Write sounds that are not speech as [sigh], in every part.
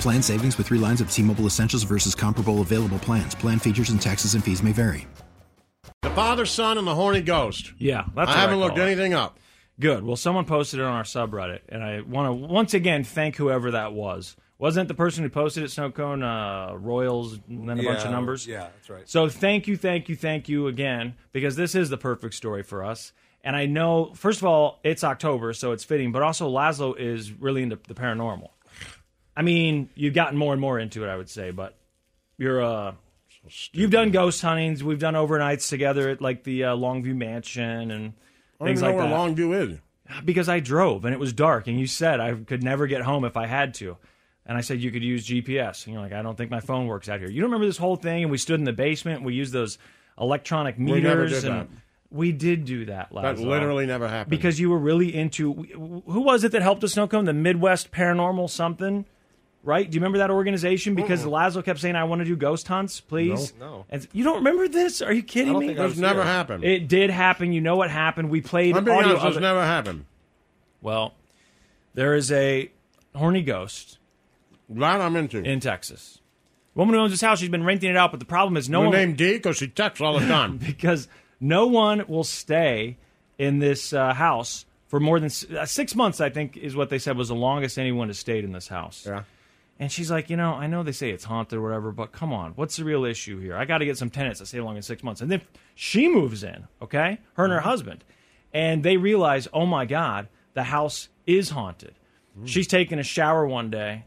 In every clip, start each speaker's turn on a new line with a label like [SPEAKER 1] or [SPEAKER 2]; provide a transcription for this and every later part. [SPEAKER 1] Plan savings with three lines of T Mobile Essentials versus comparable available plans. Plan features and taxes and fees may vary.
[SPEAKER 2] The father, son, and the horny ghost.
[SPEAKER 3] Yeah, that's
[SPEAKER 2] I
[SPEAKER 3] what
[SPEAKER 2] haven't
[SPEAKER 3] call
[SPEAKER 2] looked
[SPEAKER 3] it.
[SPEAKER 2] anything up.
[SPEAKER 3] Good. Well, someone posted it on our subreddit, and I want to once again thank whoever that was. Wasn't it the person who posted it, Snowcone uh, Royals, and then a bunch of
[SPEAKER 4] Yeah,
[SPEAKER 3] numbers?
[SPEAKER 4] yeah, that's right.
[SPEAKER 3] So thank you, thank you, thank you again, because this is the perfect story for us. And I know, first of all, it's October, so it's fitting, but also Laszlo is really into the paranormal. I mean, you've gotten more and more into it, I would say, but you're uh you've done ghost huntings, we've done overnights together at like the uh, Longview Mansion and
[SPEAKER 2] I don't
[SPEAKER 3] things
[SPEAKER 2] even know
[SPEAKER 3] like
[SPEAKER 2] where
[SPEAKER 3] that.
[SPEAKER 2] Longview is.
[SPEAKER 3] because I drove and it was dark and you said I could never get home if I had to. And I said you could use GPS. And you're like, I don't think my phone works out here. You don't remember this whole thing and we stood in the basement and we used those electronic meters
[SPEAKER 2] We never did
[SPEAKER 3] and we did do that
[SPEAKER 2] That
[SPEAKER 3] last
[SPEAKER 2] literally never happened.
[SPEAKER 3] uh, because you were really into who was it that helped us snow cone the midwest paranormal something right do you remember that organization because Lazo kept saying i want to do ghost hunts please
[SPEAKER 4] No. No.
[SPEAKER 3] and you don't remember this are you kidding
[SPEAKER 4] don't
[SPEAKER 3] me
[SPEAKER 4] think I
[SPEAKER 2] that's
[SPEAKER 4] was
[SPEAKER 2] never
[SPEAKER 4] here.
[SPEAKER 2] happened.
[SPEAKER 3] it did happen you know what happened we played
[SPEAKER 2] I'm being
[SPEAKER 3] audio
[SPEAKER 2] honest,
[SPEAKER 3] of
[SPEAKER 2] that's
[SPEAKER 3] it.
[SPEAKER 2] never happened.
[SPEAKER 3] well there is a horny ghost
[SPEAKER 2] That I'm into.
[SPEAKER 3] in texas woman who owns this house she's been renting it out but the problem is no
[SPEAKER 2] Her
[SPEAKER 3] one
[SPEAKER 2] name D because she texts all
[SPEAKER 3] [laughs]
[SPEAKER 2] the time.
[SPEAKER 3] because no one will stay in this uh, house for more than s- uh, six months. I think is what they said was the longest anyone has stayed in this house.
[SPEAKER 2] yeah.
[SPEAKER 3] And she's like, you know, I know they say it's haunted or whatever, but come on, what's the real issue here? I got to get some tenants that stay longer than six months. And then she moves in, okay, her and her
[SPEAKER 2] Mm-hmm.
[SPEAKER 3] husband, and they realize, oh my god, the house is haunted.
[SPEAKER 2] Mm.
[SPEAKER 3] She's taking a shower one day,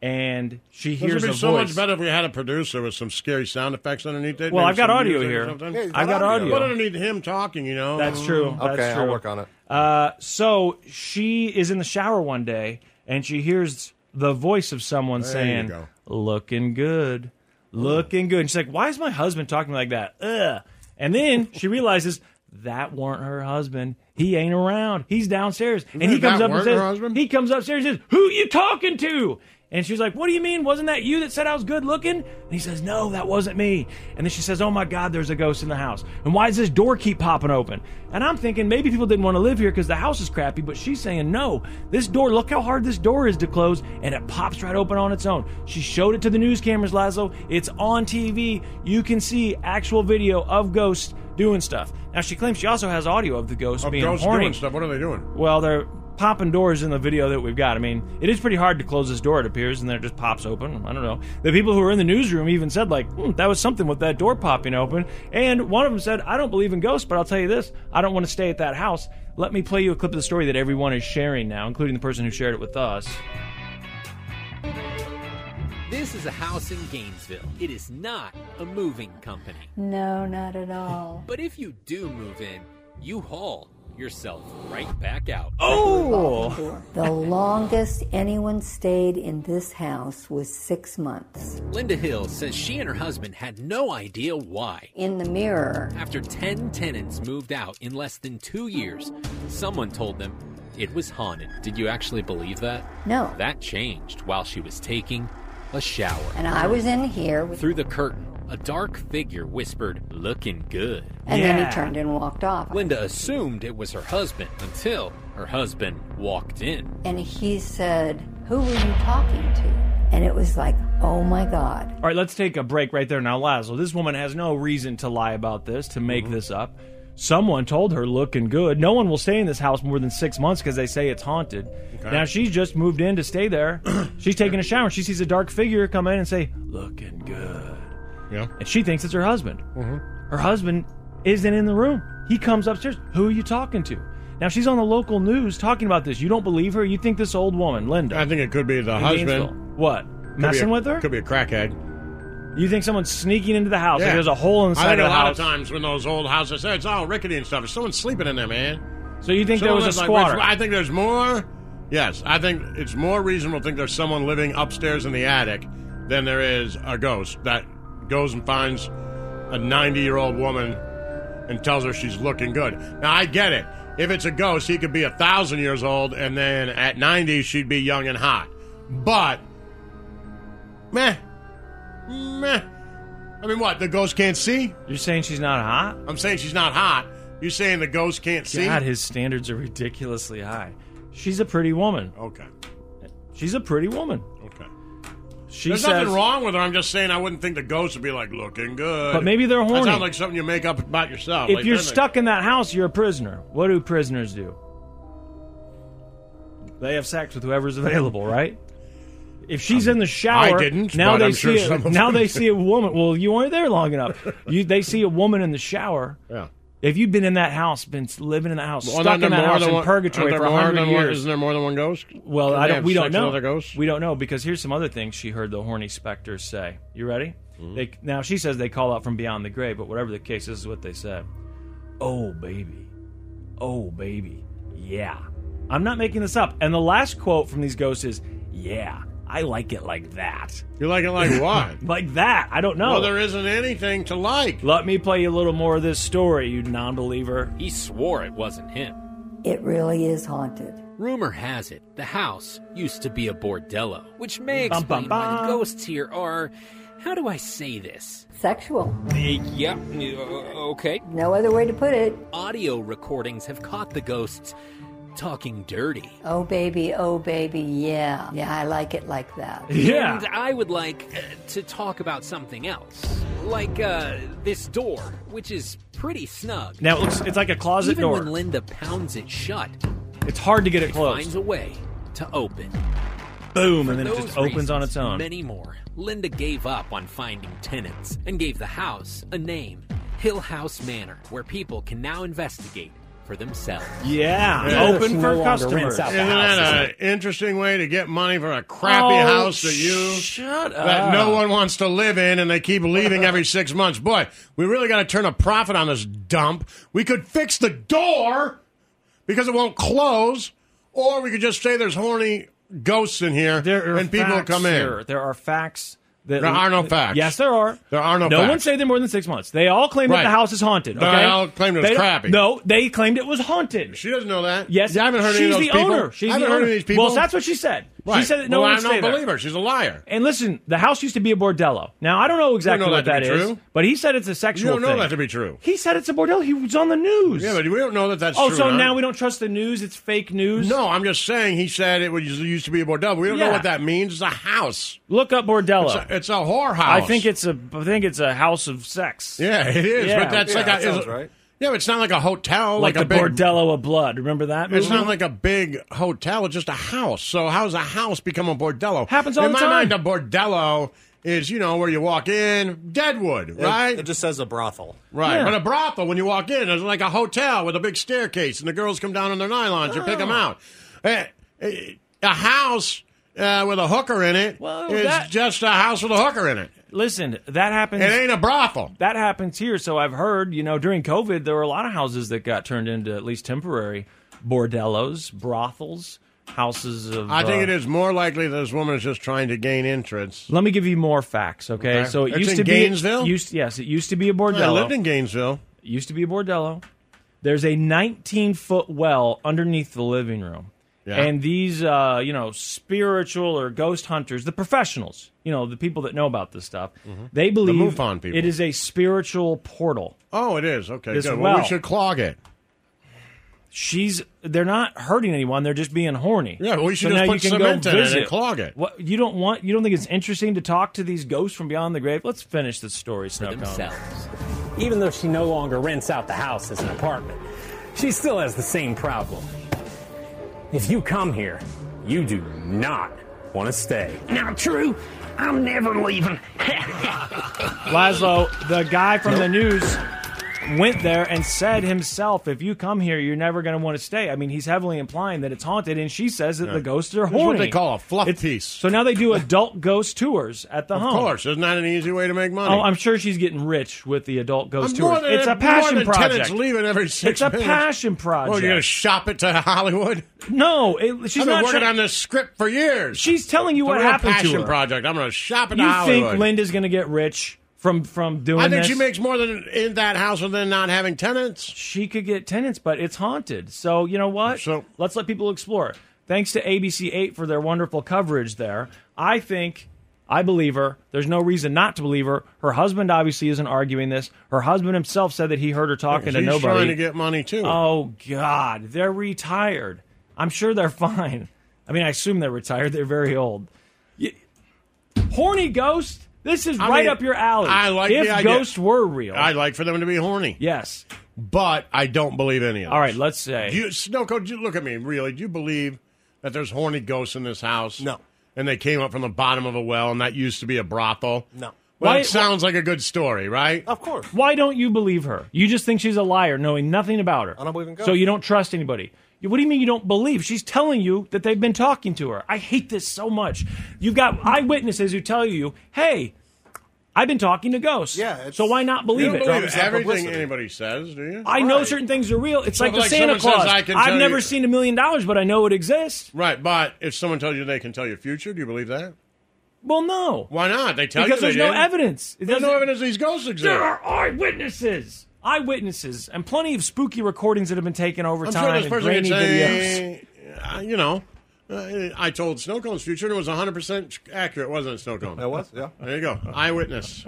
[SPEAKER 3] and she
[SPEAKER 2] This
[SPEAKER 3] hears
[SPEAKER 2] would
[SPEAKER 3] a
[SPEAKER 2] be so
[SPEAKER 3] voice.
[SPEAKER 2] much better if we had a producer with some scary sound effects underneath it.
[SPEAKER 3] Well,
[SPEAKER 2] maybe
[SPEAKER 3] I've got
[SPEAKER 2] some
[SPEAKER 3] audio
[SPEAKER 2] music or
[SPEAKER 3] here.
[SPEAKER 2] something.
[SPEAKER 4] Yeah, he's
[SPEAKER 3] I got
[SPEAKER 4] got audio.
[SPEAKER 3] audio.
[SPEAKER 2] Put underneath him talking, you know.
[SPEAKER 3] That's true.
[SPEAKER 4] Okay,
[SPEAKER 3] That's
[SPEAKER 4] I'll
[SPEAKER 3] true.
[SPEAKER 4] work on it.
[SPEAKER 3] Uh, so she is in the shower one day and she hears the voice of someone saying,
[SPEAKER 2] go.
[SPEAKER 3] "Looking good, looking good." And she's like, "Why is my husband talking like that?" Ugh. And then she realizes that weren't her husband. He ain't around. He's downstairs, and he
[SPEAKER 2] that
[SPEAKER 3] comes up and
[SPEAKER 2] weren't her
[SPEAKER 3] says,
[SPEAKER 2] husband?
[SPEAKER 3] "He comes upstairs and says, who you talking to?" And she's like, "What do you mean? Wasn't that you that said I was good looking?" And he says, "No, that wasn't me." And then she says, "Oh my God, there's a ghost in the house. And why does this door keep popping open?" And I'm thinking maybe people didn't want to live here because the house is crappy. But she's saying, "No, this door. Look how hard this door is to close, and it pops right open on its own." She showed it to the news cameras, Lazo. It's on TV. You can see actual video of ghosts doing stuff. Now she claims she also has audio of the ghost
[SPEAKER 2] Of
[SPEAKER 3] being
[SPEAKER 2] ghosts
[SPEAKER 3] horny.
[SPEAKER 2] doing stuff. What are they doing?
[SPEAKER 3] Well, they're popping doors in the video that we've got. I mean, it is pretty hard to close this door, it appears, and then it just pops open. I don't know. The people who were in the newsroom even said, like, hmm, that was something with that door popping open. And one of them said, I don't believe in ghosts, but I'll tell you this I don't want to stay at that house. Let me play you a clip of the story that everyone is sharing now, including the person who shared it with us.
[SPEAKER 5] This is a house in Gainesville. It is not a moving company.
[SPEAKER 6] No, not at all.
[SPEAKER 5] But if you do move in, you haul yourself right back out.
[SPEAKER 3] Oh!
[SPEAKER 6] the longest anyone stayed in this house was six months.
[SPEAKER 5] Linda Hill says she and her husband had no idea why.
[SPEAKER 6] In the mirror,
[SPEAKER 5] After 10 tenants moved out in less than two years, someone told them it was haunted. Did you actually believe that?
[SPEAKER 6] no.
[SPEAKER 5] That changed while she was taking a shower.
[SPEAKER 6] And I was in here, with,
[SPEAKER 5] Through the curtain, a dark figure whispered, Looking good.
[SPEAKER 6] and then
[SPEAKER 3] Yeah.
[SPEAKER 6] he turned and walked off.
[SPEAKER 5] Linda assumed it was her husband until her husband walked in.
[SPEAKER 6] And he said, Who were you talking to? And it was like, Oh my God.
[SPEAKER 3] All right, let's take a break right there now, Laszlo. This woman has no reason to lie about this, to make
[SPEAKER 2] Mm-hmm.
[SPEAKER 3] this up. Someone told her looking good. No one will stay in this house more than six months because they say it's haunted. Now she's just moved in to stay
[SPEAKER 2] [clears throat]
[SPEAKER 3] there. she's taking a shower. She sees a dark figure come in and say, "Looking good,"
[SPEAKER 2] Yeah. Mm-hmm.
[SPEAKER 3] and she thinks it's her husband. Her husband isn't in the room. He comes upstairs. Who are you talking to? Now she's on the local news talking about this. You don't believe her? You think this old woman, Linda,
[SPEAKER 2] I think it could be the
[SPEAKER 3] in
[SPEAKER 2] husband.
[SPEAKER 3] Gainesville- what
[SPEAKER 2] Could be a-
[SPEAKER 3] messing with her?
[SPEAKER 2] Could be a crackhead.
[SPEAKER 3] You think someone's sneaking into the house?
[SPEAKER 2] Yeah.
[SPEAKER 3] Like there's a hole
[SPEAKER 2] I
[SPEAKER 3] inside
[SPEAKER 2] think
[SPEAKER 3] of
[SPEAKER 2] a
[SPEAKER 3] the
[SPEAKER 2] lot
[SPEAKER 3] house.
[SPEAKER 2] of times when those old houses, it's all rickety and stuff. Someone's sleeping in there, man.
[SPEAKER 3] So you think there was a
[SPEAKER 2] Someone lives, like,
[SPEAKER 3] squatter?
[SPEAKER 2] I think there's more. Yes, I think it's more reasonable to think there's someone living upstairs in the attic than there is a ghost that goes and finds a 90 year old woman and tells her she's looking good. Now I get it. If it's a ghost, he could be a thousand years old, and then at 90 she'd be young and hot. But meh, meh. I mean, what? The ghost can't see?
[SPEAKER 3] You're saying she's not hot?
[SPEAKER 2] I'm saying she's not hot. You're saying the ghost can't see?
[SPEAKER 3] God, his standards are ridiculously high. She's a pretty woman.
[SPEAKER 2] Okay.
[SPEAKER 3] She's a pretty woman.
[SPEAKER 2] Okay.
[SPEAKER 3] She
[SPEAKER 2] There's
[SPEAKER 3] says,
[SPEAKER 2] nothing wrong with her. I'm just saying I wouldn't think the ghost would be like looking good.
[SPEAKER 3] But maybe they're
[SPEAKER 2] That
[SPEAKER 3] horny.
[SPEAKER 2] sounds like something you make up about yourself.
[SPEAKER 3] If
[SPEAKER 2] Like,
[SPEAKER 3] you're
[SPEAKER 2] they're like-
[SPEAKER 3] stuck in that house, you're a prisoner. What do prisoners do? They have sex with whoever's available, right? If she's in the shower,
[SPEAKER 2] Um, didn't,
[SPEAKER 3] Now
[SPEAKER 2] but
[SPEAKER 3] they
[SPEAKER 2] I'm sure
[SPEAKER 3] see a,
[SPEAKER 2] some of
[SPEAKER 3] now
[SPEAKER 2] them
[SPEAKER 3] they
[SPEAKER 2] did.
[SPEAKER 3] see a woman. Well, you weren't there long enough. You they see a woman in the shower.
[SPEAKER 2] yeah.
[SPEAKER 3] If you've been in that house, been living in the house,
[SPEAKER 2] Well,
[SPEAKER 3] stuck
[SPEAKER 2] aren't
[SPEAKER 3] in
[SPEAKER 2] there
[SPEAKER 3] that
[SPEAKER 2] more
[SPEAKER 3] house
[SPEAKER 2] than
[SPEAKER 3] in
[SPEAKER 2] one-
[SPEAKER 3] purgatory
[SPEAKER 2] aren't
[SPEAKER 3] for
[SPEAKER 2] there more
[SPEAKER 3] hundred
[SPEAKER 2] than
[SPEAKER 3] years,
[SPEAKER 2] one- Isn't there more than one ghost?
[SPEAKER 3] Well,
[SPEAKER 2] Did
[SPEAKER 3] I
[SPEAKER 2] they
[SPEAKER 3] don't.
[SPEAKER 2] have
[SPEAKER 3] We don't
[SPEAKER 2] sex with
[SPEAKER 3] know.
[SPEAKER 2] Other ghosts?
[SPEAKER 3] We don't know because here's some other things she heard the horny specters say. You ready?
[SPEAKER 2] Mm-hmm.
[SPEAKER 3] They now she says they call out from beyond the grave, but whatever the case, this is what they said. Oh baby, oh baby, yeah. I'm not making this up. And the last quote from these ghosts is, "Yeah, I like it like that,
[SPEAKER 2] You like it like
[SPEAKER 3] [laughs]
[SPEAKER 2] what?
[SPEAKER 3] like that." I don't know.
[SPEAKER 2] Well, there isn't anything to like.
[SPEAKER 3] Let me play you a little more of this story, you non-believer.
[SPEAKER 5] He swore it wasn't him.
[SPEAKER 6] It really is haunted.
[SPEAKER 5] Rumor has it the house used to be a bordello, which may
[SPEAKER 3] Bum,
[SPEAKER 5] explain
[SPEAKER 3] bum,
[SPEAKER 5] why
[SPEAKER 3] bum.
[SPEAKER 5] the ghosts here are. How do I say this?
[SPEAKER 6] Sexual.
[SPEAKER 5] Yeah,
[SPEAKER 3] uh,
[SPEAKER 5] okay.
[SPEAKER 6] No other way to put it.
[SPEAKER 5] Audio recordings have caught the ghosts talking dirty.
[SPEAKER 6] Oh, baby, oh, baby, yeah. Yeah, I like it like that.
[SPEAKER 3] Yeah.
[SPEAKER 5] And I would like uh, to talk about something else. Like uh, this door, which is pretty snug.
[SPEAKER 3] now it looks it's like a closet
[SPEAKER 5] Even
[SPEAKER 3] door.
[SPEAKER 5] when Linda pounds it shut,
[SPEAKER 3] it's hard to get it
[SPEAKER 5] it finds
[SPEAKER 3] closed.
[SPEAKER 5] a way to open.
[SPEAKER 3] Boom, and then it
[SPEAKER 5] Those
[SPEAKER 3] just opens on its
[SPEAKER 5] reasons,
[SPEAKER 3] own.
[SPEAKER 5] Many more. Linda gave up on finding tenants and gave the house a name Hill House Manor, where people can now investigate for themselves.
[SPEAKER 3] Yeah,
[SPEAKER 4] She
[SPEAKER 3] open
[SPEAKER 4] no
[SPEAKER 3] for
[SPEAKER 4] longer
[SPEAKER 3] customers.
[SPEAKER 4] rents out the
[SPEAKER 2] Isn't
[SPEAKER 4] house,
[SPEAKER 2] that
[SPEAKER 4] isn't
[SPEAKER 2] an interesting way to get money for a crappy
[SPEAKER 3] Oh,
[SPEAKER 2] house that you
[SPEAKER 3] shut
[SPEAKER 2] that no one wants to live in, and they keep leaving
[SPEAKER 3] [laughs]
[SPEAKER 2] every six months? Boy, we really got to turn a profit on this dump. We could fix the door because it won't close, or we could just say there's horny ghosts in here,
[SPEAKER 3] There are
[SPEAKER 2] and people will
[SPEAKER 3] facts
[SPEAKER 2] come in.
[SPEAKER 3] here. There are facts. That,
[SPEAKER 2] There are no facts.
[SPEAKER 3] Yes, there are.
[SPEAKER 2] There are no
[SPEAKER 3] No one
[SPEAKER 2] facts.
[SPEAKER 3] stayed there more than six months. They all claimed
[SPEAKER 2] Right.
[SPEAKER 3] that the house is haunted.
[SPEAKER 2] They
[SPEAKER 3] Okay?
[SPEAKER 2] all claimed it was
[SPEAKER 3] They don't-
[SPEAKER 2] crappy.
[SPEAKER 3] No, they claimed it was haunted.
[SPEAKER 2] She doesn't know that.
[SPEAKER 3] Yes,
[SPEAKER 2] I haven't heard
[SPEAKER 3] she's
[SPEAKER 2] any of those
[SPEAKER 3] the
[SPEAKER 2] people.
[SPEAKER 3] owner. She's
[SPEAKER 2] I haven't
[SPEAKER 3] the owner.
[SPEAKER 2] heard any of these people.
[SPEAKER 3] Well, that's what she said. She
[SPEAKER 2] Right.
[SPEAKER 3] said that no
[SPEAKER 2] well,
[SPEAKER 3] one
[SPEAKER 2] I
[SPEAKER 3] would
[SPEAKER 2] don't
[SPEAKER 3] stay there.
[SPEAKER 2] believe her. She's a liar.
[SPEAKER 3] And listen, the house used to be a bordello. Now I don't know exactly
[SPEAKER 2] know
[SPEAKER 3] what
[SPEAKER 2] that to be
[SPEAKER 3] is,
[SPEAKER 2] true.
[SPEAKER 3] but he said it's a
[SPEAKER 2] You
[SPEAKER 3] sexual.
[SPEAKER 2] don't know
[SPEAKER 3] thing.
[SPEAKER 2] that to be true.
[SPEAKER 3] He said it's a bordello. He was on the news.
[SPEAKER 2] Yeah, but we don't know that that's
[SPEAKER 3] oh,
[SPEAKER 2] true.
[SPEAKER 3] so
[SPEAKER 2] or not.
[SPEAKER 3] now we don't trust the news. It's fake news.
[SPEAKER 2] No, I'm just saying he said it was used to be a bordello. We don't know
[SPEAKER 3] Yeah.
[SPEAKER 2] what that means. It's a house.
[SPEAKER 3] look up bordello.
[SPEAKER 2] It's a, it's a whorehouse.
[SPEAKER 3] I think it's a. I think it's a house of sex.
[SPEAKER 2] Yeah, it is.
[SPEAKER 3] Yeah.
[SPEAKER 2] But that's
[SPEAKER 4] Yeah,
[SPEAKER 2] like
[SPEAKER 4] that
[SPEAKER 2] a,
[SPEAKER 4] sounds
[SPEAKER 2] it's a-
[SPEAKER 4] right.
[SPEAKER 2] Yeah, but it's not like a hotel,
[SPEAKER 3] like,
[SPEAKER 2] like,
[SPEAKER 3] the
[SPEAKER 2] a big,
[SPEAKER 3] Bordello of Blood. Remember that? Movie?
[SPEAKER 2] It's not like a big hotel. It's just a house. So how's a house become a bordello?
[SPEAKER 3] Happens all
[SPEAKER 2] in
[SPEAKER 3] the
[SPEAKER 2] my
[SPEAKER 3] time.
[SPEAKER 2] mind. A bordello is you know where you walk in, Deadwood,
[SPEAKER 4] it?
[SPEAKER 2] right?
[SPEAKER 4] It just says a brothel.
[SPEAKER 2] Right,
[SPEAKER 3] Yeah.
[SPEAKER 2] but a brothel when you walk in, it's like a hotel with a big staircase, and the girls come down on their nylons. You pick
[SPEAKER 3] Oh.
[SPEAKER 2] them out. Eh, eh, A house uh, with a hooker in it is
[SPEAKER 3] Well, that- Hmm.
[SPEAKER 2] just a house with a hooker in it.
[SPEAKER 3] Listen, that happens.
[SPEAKER 2] It ain't a brothel.
[SPEAKER 3] that happens here. So I've heard, you know, during COVID, there were a lot of houses that got turned into at least temporary bordellos, brothels, houses of.
[SPEAKER 2] I think
[SPEAKER 3] uh,
[SPEAKER 2] it is more likely that this woman is just trying to gain entrance.
[SPEAKER 3] Let me give you more facts, okay?
[SPEAKER 2] Okay.
[SPEAKER 3] So it
[SPEAKER 2] It's
[SPEAKER 3] used
[SPEAKER 2] in
[SPEAKER 3] to be
[SPEAKER 2] Gainesville?
[SPEAKER 3] Used, yes, it used to be a bordello.
[SPEAKER 2] I lived in Gainesville.
[SPEAKER 3] It used to be a bordello. There's a 19 foot well underneath the living room.
[SPEAKER 2] Yeah.
[SPEAKER 3] And these, uh, you know, spiritual or ghost hunters, the professionals, you know, the people that know about this stuff, they believe
[SPEAKER 2] MUFON Mm-hmm. people.
[SPEAKER 3] it is a spiritual portal.
[SPEAKER 2] Oh, it is okay.
[SPEAKER 3] This
[SPEAKER 2] good. Well, we
[SPEAKER 3] well.
[SPEAKER 2] should clog it.
[SPEAKER 3] She's, they're not hurting anyone; they're just being horny.
[SPEAKER 2] Yeah, well, we should
[SPEAKER 3] so
[SPEAKER 2] just
[SPEAKER 3] now
[SPEAKER 2] put
[SPEAKER 3] you can go
[SPEAKER 2] cement in it and
[SPEAKER 3] visit.
[SPEAKER 2] clog it.
[SPEAKER 3] What you don't want, you don't think it's interesting to talk to these ghosts from beyond the grave? Let's finish this story, Snow Cone.
[SPEAKER 5] Themselves.
[SPEAKER 7] Even though she no longer rents out the house as an apartment, she still has the same problem. If you come here, you do not want to stay.
[SPEAKER 8] Now, true, I'm never leaving.
[SPEAKER 3] Laszlo, the guy from the news went there and said himself, if you come here, you're never going to want to stay. I mean, he's heavily implying that it's haunted, and she says that the ghosts are
[SPEAKER 2] This is what
[SPEAKER 3] horny.
[SPEAKER 2] they call a fluff piece.
[SPEAKER 3] So now
[SPEAKER 2] [laughs]
[SPEAKER 3] they do adult ghost tours at the
[SPEAKER 2] of
[SPEAKER 3] home.
[SPEAKER 2] course, isn't that an easy way to make money?
[SPEAKER 3] Oh, I'm sure she's getting rich with the adult ghost
[SPEAKER 2] I'm more
[SPEAKER 3] tours.
[SPEAKER 2] than-
[SPEAKER 3] it's a
[SPEAKER 2] more
[SPEAKER 3] passion
[SPEAKER 2] than
[SPEAKER 3] project.
[SPEAKER 2] Tenants leaving every six
[SPEAKER 3] It's a
[SPEAKER 2] minutes.
[SPEAKER 3] passion project.
[SPEAKER 2] Oh, you're gonna shop it to Hollywood?
[SPEAKER 3] no, it, she's
[SPEAKER 2] I've been
[SPEAKER 3] not.
[SPEAKER 2] working
[SPEAKER 3] try-
[SPEAKER 2] on this script for years.
[SPEAKER 3] she's telling you
[SPEAKER 2] It's a
[SPEAKER 3] what
[SPEAKER 2] real
[SPEAKER 3] happened
[SPEAKER 2] passion
[SPEAKER 3] to her.
[SPEAKER 2] project. I'm gonna shop it to
[SPEAKER 3] You
[SPEAKER 2] Hollywood.
[SPEAKER 3] think Linda's going to get rich from from doing
[SPEAKER 2] I think
[SPEAKER 3] this?
[SPEAKER 2] she makes more than in that house and then not having tenants.
[SPEAKER 3] she could get tenants, but it's haunted. So you know what?
[SPEAKER 2] So-
[SPEAKER 3] let's let people explore. it. Thanks to ABC Eight for their wonderful coverage there. I think I believe her. There's no reason not to believe her. Her husband obviously isn't arguing this. Her husband himself said that he heard her talking
[SPEAKER 2] She's
[SPEAKER 3] to nobody.
[SPEAKER 2] trying to get money too.
[SPEAKER 3] Oh God, they're retired. I'm sure they're [laughs] fine. I mean, I assume they're retired. They're very old. Y- horny ghost. This is
[SPEAKER 2] I
[SPEAKER 3] right
[SPEAKER 2] mean,
[SPEAKER 3] up your alley.
[SPEAKER 2] I like
[SPEAKER 3] if
[SPEAKER 2] the idea.
[SPEAKER 3] ghosts were real.
[SPEAKER 2] I'd like for them to be horny,
[SPEAKER 3] yes.
[SPEAKER 2] but I don't believe any of it.
[SPEAKER 3] All right. Let's say.
[SPEAKER 2] Do you, Snowco, do you look at me. Really, do you believe that there's horny ghosts in this house?
[SPEAKER 4] No.
[SPEAKER 2] And they came up from the bottom of a well, and that used to be a brothel.
[SPEAKER 4] No.
[SPEAKER 2] Well,
[SPEAKER 3] Why-
[SPEAKER 2] it sounds like a good story, right?
[SPEAKER 4] Of course.
[SPEAKER 3] why don't you believe her? You just think she's a liar, knowing nothing about her.
[SPEAKER 4] I don't believe in ghosts.
[SPEAKER 3] So you don't trust anybody. You- What do you mean you don't believe? She's telling you that they've been talking to her. I hate this so much. You've got eyewitnesses who tell you, "Hey, I've been talking to ghosts."
[SPEAKER 4] Yeah, it's-
[SPEAKER 3] So why not
[SPEAKER 2] You
[SPEAKER 3] believe
[SPEAKER 2] don't
[SPEAKER 3] it?
[SPEAKER 2] believe
[SPEAKER 4] It's not
[SPEAKER 2] everything
[SPEAKER 4] publicity.
[SPEAKER 2] anybody says, do you?
[SPEAKER 3] I know
[SPEAKER 4] Right.
[SPEAKER 3] certain things are real. It's
[SPEAKER 2] So
[SPEAKER 3] like
[SPEAKER 2] if,
[SPEAKER 3] the
[SPEAKER 2] like,
[SPEAKER 3] Santa
[SPEAKER 2] someone says,
[SPEAKER 3] Claus.
[SPEAKER 2] "I can
[SPEAKER 3] I've
[SPEAKER 2] tell
[SPEAKER 3] never
[SPEAKER 2] you-"
[SPEAKER 3] seen a million dollars, but I know it exists.
[SPEAKER 2] Right, but if someone tells you they can tell your future, do you believe that?
[SPEAKER 3] Well, no,
[SPEAKER 2] Why not? They tell
[SPEAKER 3] because
[SPEAKER 2] you
[SPEAKER 3] there's
[SPEAKER 2] they
[SPEAKER 3] no
[SPEAKER 2] didn't.
[SPEAKER 3] evidence. It
[SPEAKER 2] There's no
[SPEAKER 3] doesn't-
[SPEAKER 2] evidence these ghosts exist.
[SPEAKER 3] There are eyewitnesses. Eyewitnesses and plenty of spooky recordings that have been taken over
[SPEAKER 2] I'm
[SPEAKER 3] time
[SPEAKER 2] sure this
[SPEAKER 3] and
[SPEAKER 2] person could
[SPEAKER 3] grainy videos.
[SPEAKER 2] say, uh, you know, uh, I told Snowcone's future and it was 100% accurate, wasn't it, Snowcone?
[SPEAKER 4] That was, yeah.
[SPEAKER 2] There you go. Eyewitness.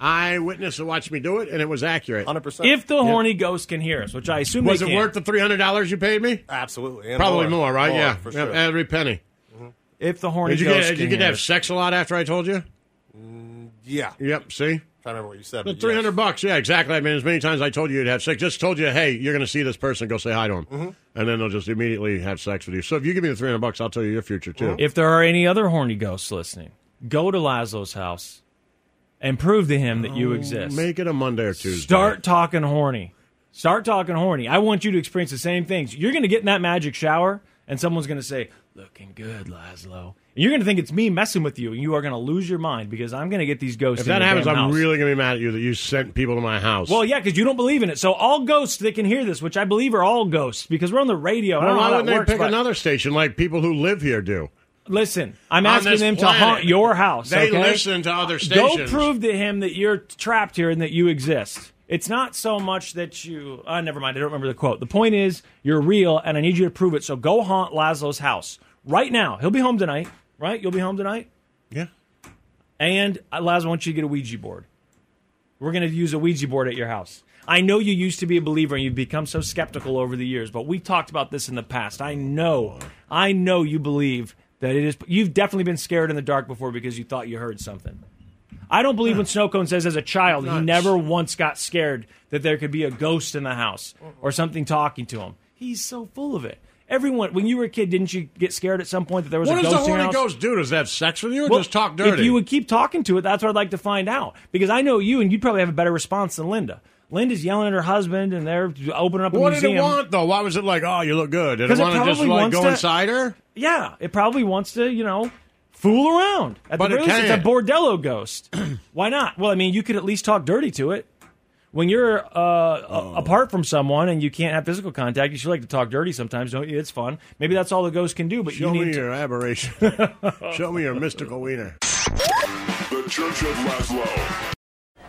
[SPEAKER 2] Eyewitness that watched me do it, and it was accurate.
[SPEAKER 4] 100%.
[SPEAKER 3] If the horny ghost can hear us, which I assume
[SPEAKER 2] Was
[SPEAKER 3] they
[SPEAKER 2] it
[SPEAKER 3] can.
[SPEAKER 2] worth the $300 you paid me?
[SPEAKER 4] Absolutely. and
[SPEAKER 2] Probably more, right? yeah.
[SPEAKER 4] For
[SPEAKER 2] Yep,
[SPEAKER 4] sure.
[SPEAKER 2] Every penny.
[SPEAKER 3] If the horny
[SPEAKER 2] Did you
[SPEAKER 3] ghost
[SPEAKER 2] get, did
[SPEAKER 3] can
[SPEAKER 2] you get to
[SPEAKER 3] hear
[SPEAKER 2] have
[SPEAKER 3] us.
[SPEAKER 2] sex a lot after I told you?
[SPEAKER 4] yeah. I'm trying
[SPEAKER 2] Yep, see?
[SPEAKER 4] to remember what you said.
[SPEAKER 2] The
[SPEAKER 4] but yes.
[SPEAKER 2] 300 bucks. Yeah, exactly. I mean, as many times I told you you'd have sex, just told you, hey, you're going to see this person, go say hi to him. And then they'll just immediately have sex with you. So if you give me the 300 bucks, I'll tell you your future, too.
[SPEAKER 3] If there are any other horny ghosts listening, go to Lazlo's house and prove to him that you exist.
[SPEAKER 2] Oh, Make it a Monday or Tuesday.
[SPEAKER 3] Start talking horny. Start talking horny. I want you to experience the same things. You're going to get in that magic shower, and someone's going to say, "Looking good, Laszlo." And you're going to think it's me messing with you, and you are going to lose your mind because I'm going to get these ghosts.
[SPEAKER 2] If
[SPEAKER 3] in
[SPEAKER 2] that
[SPEAKER 3] your
[SPEAKER 2] happens,
[SPEAKER 3] damn
[SPEAKER 2] I'm
[SPEAKER 3] house.
[SPEAKER 2] really going to be mad at you that you sent people to my house.
[SPEAKER 3] Well, yeah, because you don't believe in it. So all ghosts that can hear this, which I believe are all ghosts, because we're on the radio. and I
[SPEAKER 2] Well,
[SPEAKER 3] don't know
[SPEAKER 2] why
[SPEAKER 3] how
[SPEAKER 2] wouldn't
[SPEAKER 3] that
[SPEAKER 2] they
[SPEAKER 3] works,
[SPEAKER 2] pick
[SPEAKER 3] but-
[SPEAKER 2] another station like people who live here do?
[SPEAKER 3] Listen, I'm
[SPEAKER 2] On
[SPEAKER 3] asking
[SPEAKER 2] this
[SPEAKER 3] them
[SPEAKER 2] planet,
[SPEAKER 3] to haunt your house.
[SPEAKER 2] They
[SPEAKER 3] okay?
[SPEAKER 2] listen to other
[SPEAKER 3] Go
[SPEAKER 2] stations.
[SPEAKER 3] prove to him that you're trapped here and that you exist. It's not so much that you. Uh, never mind. I don't remember the quote. The point is, you're real, and I need you to prove it. So go haunt Laszlo's house right now. He'll be home tonight, right? You'll be home tonight.
[SPEAKER 2] Yeah.
[SPEAKER 3] And uh, Laszlo, I want you to get a Ouija board. We're going to use a Ouija board at your house. I know you used to be a believer and you've become so skeptical over the years, but we talked about this in the past. I know, I know you believe that it is. You've definitely been scared in the dark before because you thought you heard something. I don't believe when Snowcone says as a child he
[SPEAKER 2] Nuts.
[SPEAKER 3] never once got scared that there could be a ghost in the house or something talking to him. He's so full of it. Everyone, when you were a kid, didn't you get scared at some point that there was
[SPEAKER 2] What
[SPEAKER 3] a
[SPEAKER 2] does
[SPEAKER 3] ghost
[SPEAKER 2] the
[SPEAKER 3] in your
[SPEAKER 2] horny
[SPEAKER 3] house?
[SPEAKER 2] ghost do? Does it have sex with you or
[SPEAKER 3] Well,
[SPEAKER 2] just talk dirty?
[SPEAKER 3] If you would keep talking to it, that's what I'd like to find out. Because I know you, and you'd probably have a better response than Linda. Linda's yelling at her husband, and they're opening up a
[SPEAKER 2] what did
[SPEAKER 3] museum.
[SPEAKER 2] it want, though? Why was it like, oh, you look good? Did
[SPEAKER 3] 'Cause
[SPEAKER 2] it
[SPEAKER 3] it
[SPEAKER 2] want to just
[SPEAKER 3] probably
[SPEAKER 2] like
[SPEAKER 3] wants
[SPEAKER 2] go
[SPEAKER 3] to-
[SPEAKER 2] inside her?
[SPEAKER 3] Yeah, it probably wants to, you know, fool around. At
[SPEAKER 2] But
[SPEAKER 3] the
[SPEAKER 2] it
[SPEAKER 3] very least, it's a
[SPEAKER 2] can't.
[SPEAKER 3] bordello ghost.
[SPEAKER 2] [clears throat]
[SPEAKER 3] Why not? Well, I mean, you could at least talk dirty to it. When you're uh, a-
[SPEAKER 2] Oh.
[SPEAKER 3] apart from someone and you can't have physical contact, you should like to talk dirty sometimes, don't you? It's fun. Maybe that's all the ghost can do, but
[SPEAKER 2] Show
[SPEAKER 3] you need
[SPEAKER 2] me
[SPEAKER 3] to-
[SPEAKER 2] your aberration.
[SPEAKER 3] [laughs]
[SPEAKER 2] Show me your mystical wiener.
[SPEAKER 8] The Church of Laszlo.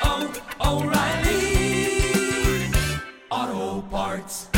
[SPEAKER 9] oh, oh, O'Reilly. oh, Auto Parts.